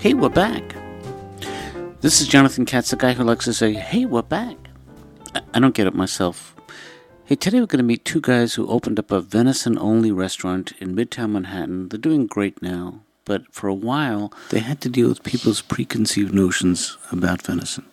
Hey, we're back. This is Jonathan Katz, the guy who likes to say, Hey, we're back. I, I don't get it myself. Hey, today we're going to meet two guys who opened up a venison only restaurant in Midtown Manhattan. They're doing great now, but for a while they had to deal with people's preconceived notions about venison.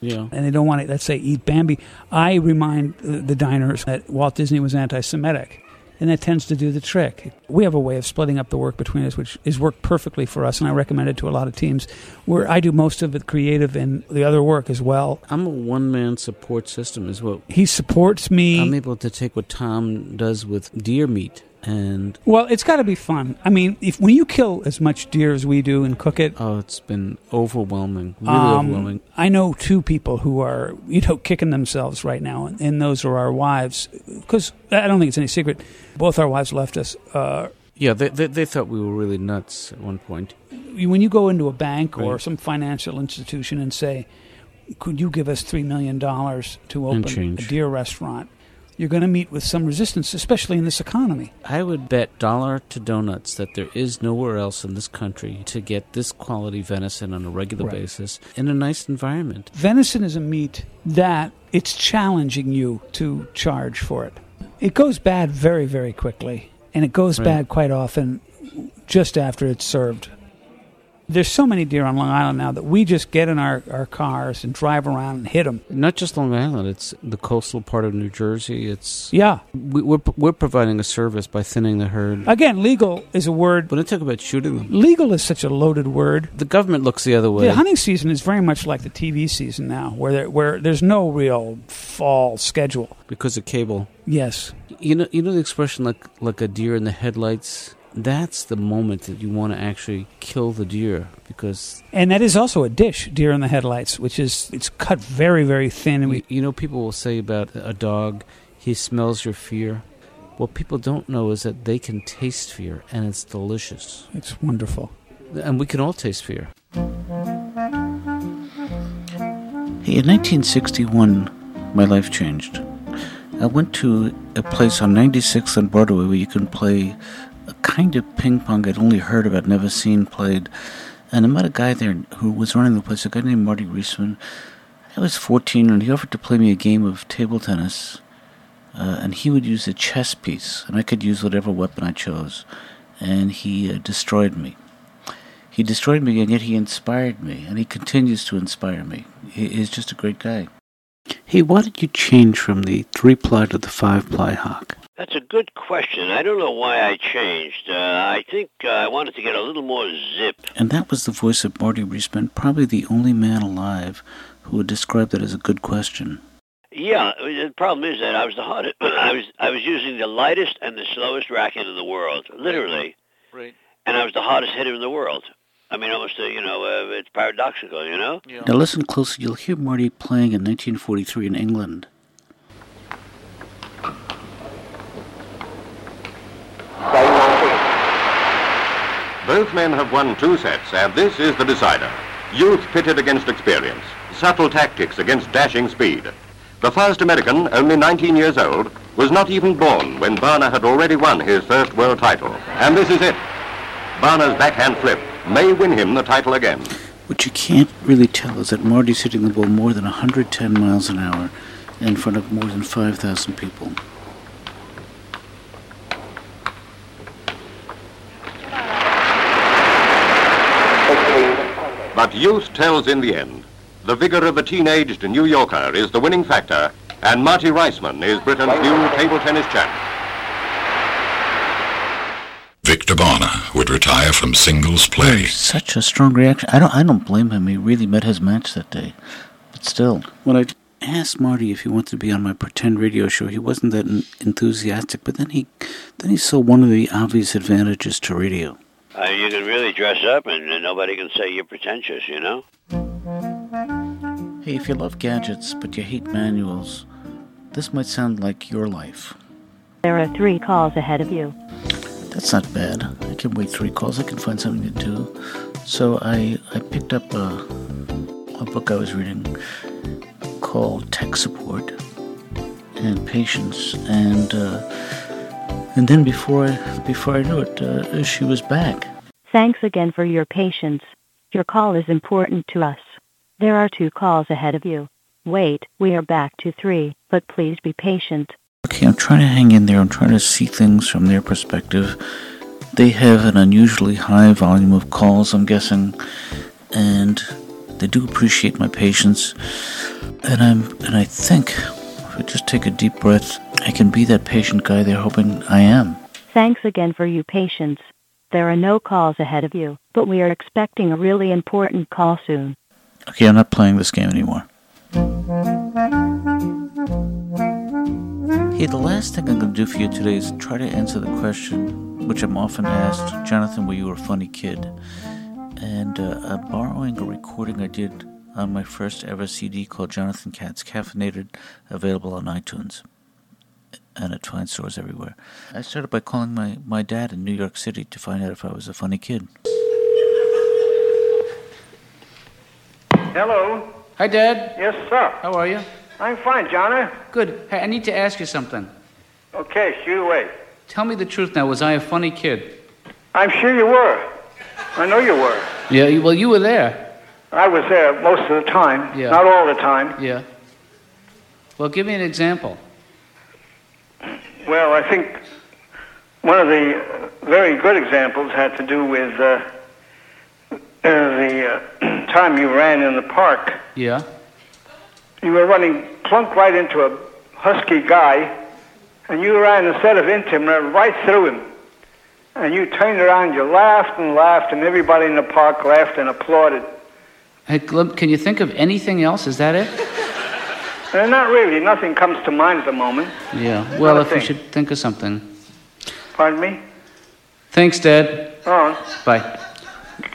Yeah. and they don't want to, let's say, eat Bambi. I remind uh, the diners that Walt Disney was anti Semitic, and that tends to do the trick. We have a way of splitting up the work between us, which has worked perfectly for us, and I recommend it to a lot of teams where I do most of the creative and the other work as well. I'm a one man support system, is what He supports me. I'm able to take what Tom does with deer meat and. well, it's got to be fun. I mean, if when you kill as much deer as we do and cook it, Oh, it's been overwhelming, really Um, overwhelming. I know two people who are, you know, kicking themselves right now, and, and those are our wives. Because I don't think it's any secret, both our wives left us. Uh, Yeah, they, they they thought we were really nuts at one point. you- when you go into a bank or Right. some financial institution and say, "Could you give us three million dollars to And open a change. deer restaurant?" You're going to meet with some resistance, especially in this economy. I would bet dollar to donuts that there is nowhere else in this country to get this quality venison on a regular Right. basis in a nice environment. Venison is a meat that it's challenging you to charge for it. It goes bad very, very quickly, and it goes Right. bad quite often just after it's served. There's so many deer on Long Island now that we just get in our, our cars and drive around and hit them. Not just Long Island; it's the coastal part of New Jersey. It's Yeah. we, we're we're providing a service by thinning the herd. Again, legal is a word. When I talk about shooting them, Legal is such a loaded word. the government looks the other way. The hunting season is very much like the TV season now, where there, where there's no real fall schedule. because of cable. Yes. You know, you know the expression like like a deer in the headlights. That's the moment that you want to actually kill the deer because And that is also a dish, deer in the headlights, which is it's cut very, very thin. And we, you, you know people will say about a dog, he smells your fear. What people don't know is that they can taste fear and it's delicious. it's wonderful. And we can all taste fear. Hey, in 1961, my life changed. I went to a place on 96th and Broadway where you can play a kind of ping pong I'd only heard about, never seen played. And I met a guy there who was running the place, a guy named Marty Reisman. I was 14, and he offered to play me a game of table tennis. Uh, and he would use a chess piece, and I could use whatever weapon I chose. And he uh, destroyed me. He destroyed me, and yet he inspired me, and he continues to inspire me. He is just a great guy. Hey, why did you change from the three ply to the five ply hock? That's a good question. I don't know why I changed. Uh, I think uh, I wanted to get a little more zip. And that was the voice of Marty Reisman, probably the only man alive who would describe that as a good question. Yeah, I mean, the problem is that I was the hardest. I was I was using the lightest and the slowest racket in the world, literally, Right. and I was the hardest hitter in the world. I mean, almost uh, you know, uh, it's paradoxical, you know. Now listen closely, you'll hear Marty playing in 1943 in England. Both men have won two sets, and this is the decider. Youth pitted against experience, subtle tactics against dashing speed. The first American, only 19 years old, was not even born when Barner had already won his first world title. And this is it. Barner's backhand flip may win him the title again. What you can't really tell is that Marty's hitting the ball more than 110 miles an hour in front of more than 5,000 people. But youth tells in the end. The vigor of the teenaged New Yorker is the winning factor, and Marty Reisman is Britain's new table tennis champ. Victor Bonner would retire from singles play. Such a strong reaction. I don't. I don't blame him. He really met his match that day. But still, when I asked Marty if he wanted to be on my pretend radio show, he wasn't that en- enthusiastic. But then he, then he saw one of the obvious advantages to radio. Uh, you can really dress up, and, and nobody can say you're pretentious, you know. Hey, if you love gadgets but you hate manuals, this might sound like your life. There are three calls ahead of you. That's not bad. I can wait three calls. I can find something to do. So I I picked up a a book I was reading called Tech Support and Patience, and uh, and then before I before I knew it, uh, she was back. Thanks again for your patience. Your call is important to us. There are two calls ahead of you. Wait, we are back to three, but please be patient. Okay, I'm trying to hang in there. I'm trying to see things from their perspective. They have an unusually high volume of calls, I'm guessing, and they do appreciate my patience. And I'm and I think if I just take a deep breath, I can be that patient guy they're hoping I am. Thanks again for your patience. There are no calls ahead of you, but we are expecting a really important call soon. Okay, I'm not playing this game anymore. Hey, the last thing I'm going to do for you today is try to answer the question, which I'm often asked Jonathan, were you a funny kid? And uh, I'm borrowing a recording I did on my first ever CD called Jonathan Katz Caffeinated, available on iTunes and at fine stores everywhere. I started by calling my, my dad in New York City to find out if I was a funny kid. Hello. Hi, Dad. Yes, sir. How are you? I'm fine, Johnny. Good. Hey, I need to ask you something. Okay, shoot away. Tell me the truth now. Was I a funny kid? I'm sure you were. I know you were. Yeah, you- well, you were there. I was there most of the time. Yeah. Not all the time. Yeah. Well, give me an example. Well, I think one of the uh, very good examples had to do with uh, uh, the uh, time you ran in the park. Yeah. You were running plunk right into a husky guy, and you ran instead of into him, ran right through him. And you turned around, you laughed and laughed, and everybody in the park laughed and applauded. Hey, Gleb, can you think of anything else? Is that it? Uh, not really. Nothing comes to mind at the moment. Yeah. Well, Not a if we thing. should think of something. Pardon me? Thanks, Dad. Oh, Bye.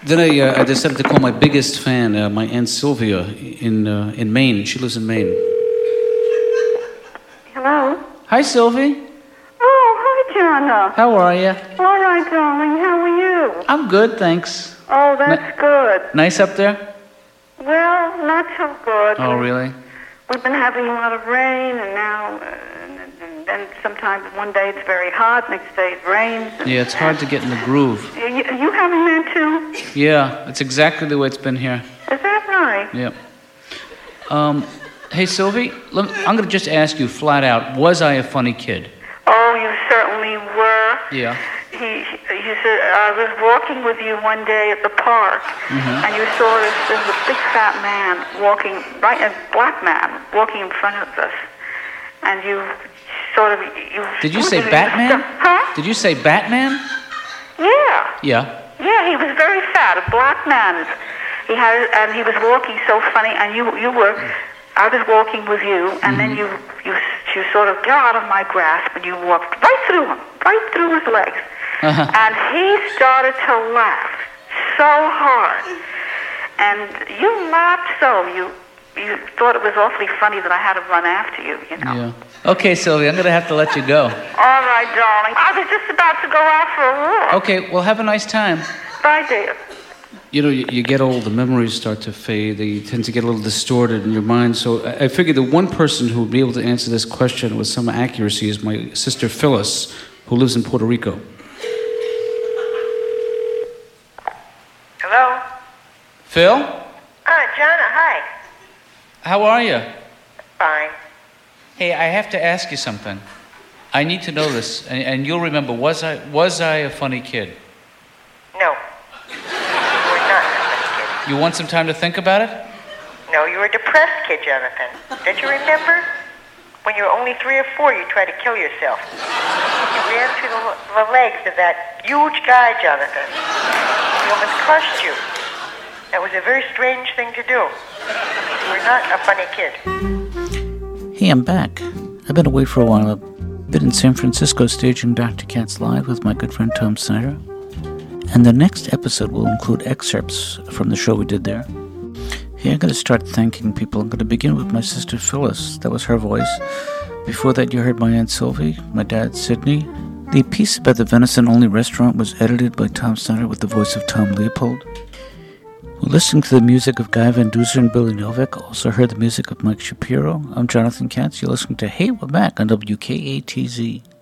Then I, uh, I decided to call my biggest fan, uh, my aunt Sylvia in uh, in Maine. She lives in Maine. Hello. Hi, Sylvie. Oh, hi, Jana. How are you? All right, darling. How are you? I'm good, thanks. Oh, that's good. Nice up there? Well, not so good. Oh, really? We've been having a lot of rain, and now, uh, and- and then sometimes one day it's very hot, next day it rains. and- Yeah, it's hard to get in the groove. You, you having that too? Yeah, it's exactly the way it's been here. Is that right? Yeah. Um, hey, Sylvie, lem- I'm going to just ask you flat out was I a funny kid? Oh, you certainly were. Yeah. He, he said, I was walking with you one day at the park, and you saw this, this was a big fat man walking, right, a black man walking in front of us, and you sort of you. Did you say you- Batman? Huh? Did you say Batman? Yeah, Yeah. yeah. He was very fat, a black man. He had, and he was walking so funny, and you, you were. I was walking with you, and then you, you, you sort of got out of my grasp, and you walked right through him, right through his legs. And he started to laugh so hard. And you laughed so you you thought it was awfully funny that I had to run after you, you know. Yeah. Okay, Sylvie, I'm going to have to let you go. All right, darling. I was just about to go out for a walk. Okay, well, have a nice time. Bye, dear. You know, you, you get old, the memories start to fade, they tend to get a little distorted in your mind. So I, I figured the one person who would be able to answer this question with some accuracy is my sister Phyllis, who lives in Puerto Rico. Hello. Phil, Uh, Jana, hi. how are you? Fine. Hey, I have to ask you something. I need to know this, and, and you'll remember. Was I was I a funny kid? No. You were not a funny kid. You want some time to think about it? No, you were a depressed kid, Jonathan. Don't you remember? When you were only three or four, you tried to kill yourself. You ran through the, the legs of that huge guy, Jonathan. He almost crushed you. That was a very strange thing to do. You were not a funny kid. Hey, I'm back. I've been away for a while. I've been in San Francisco staging Dr. Katz Live with my good friend Tom Snyder. And the next episode will include excerpts from the show we did there. Here, I'm going to start thanking people. I'm going to begin with my sister Phyllis. That was her voice. Before that, you heard my Aunt Sylvie, my dad Sidney. The piece about the venison only restaurant was edited by Tom Snyder with the voice of Tom Leopold. We're listening to the music of Guy Van Duser and Billy Novak. Also heard the music of Mike Shapiro. I'm Jonathan Katz. You're listening to Hey, We're Back on WKATZ.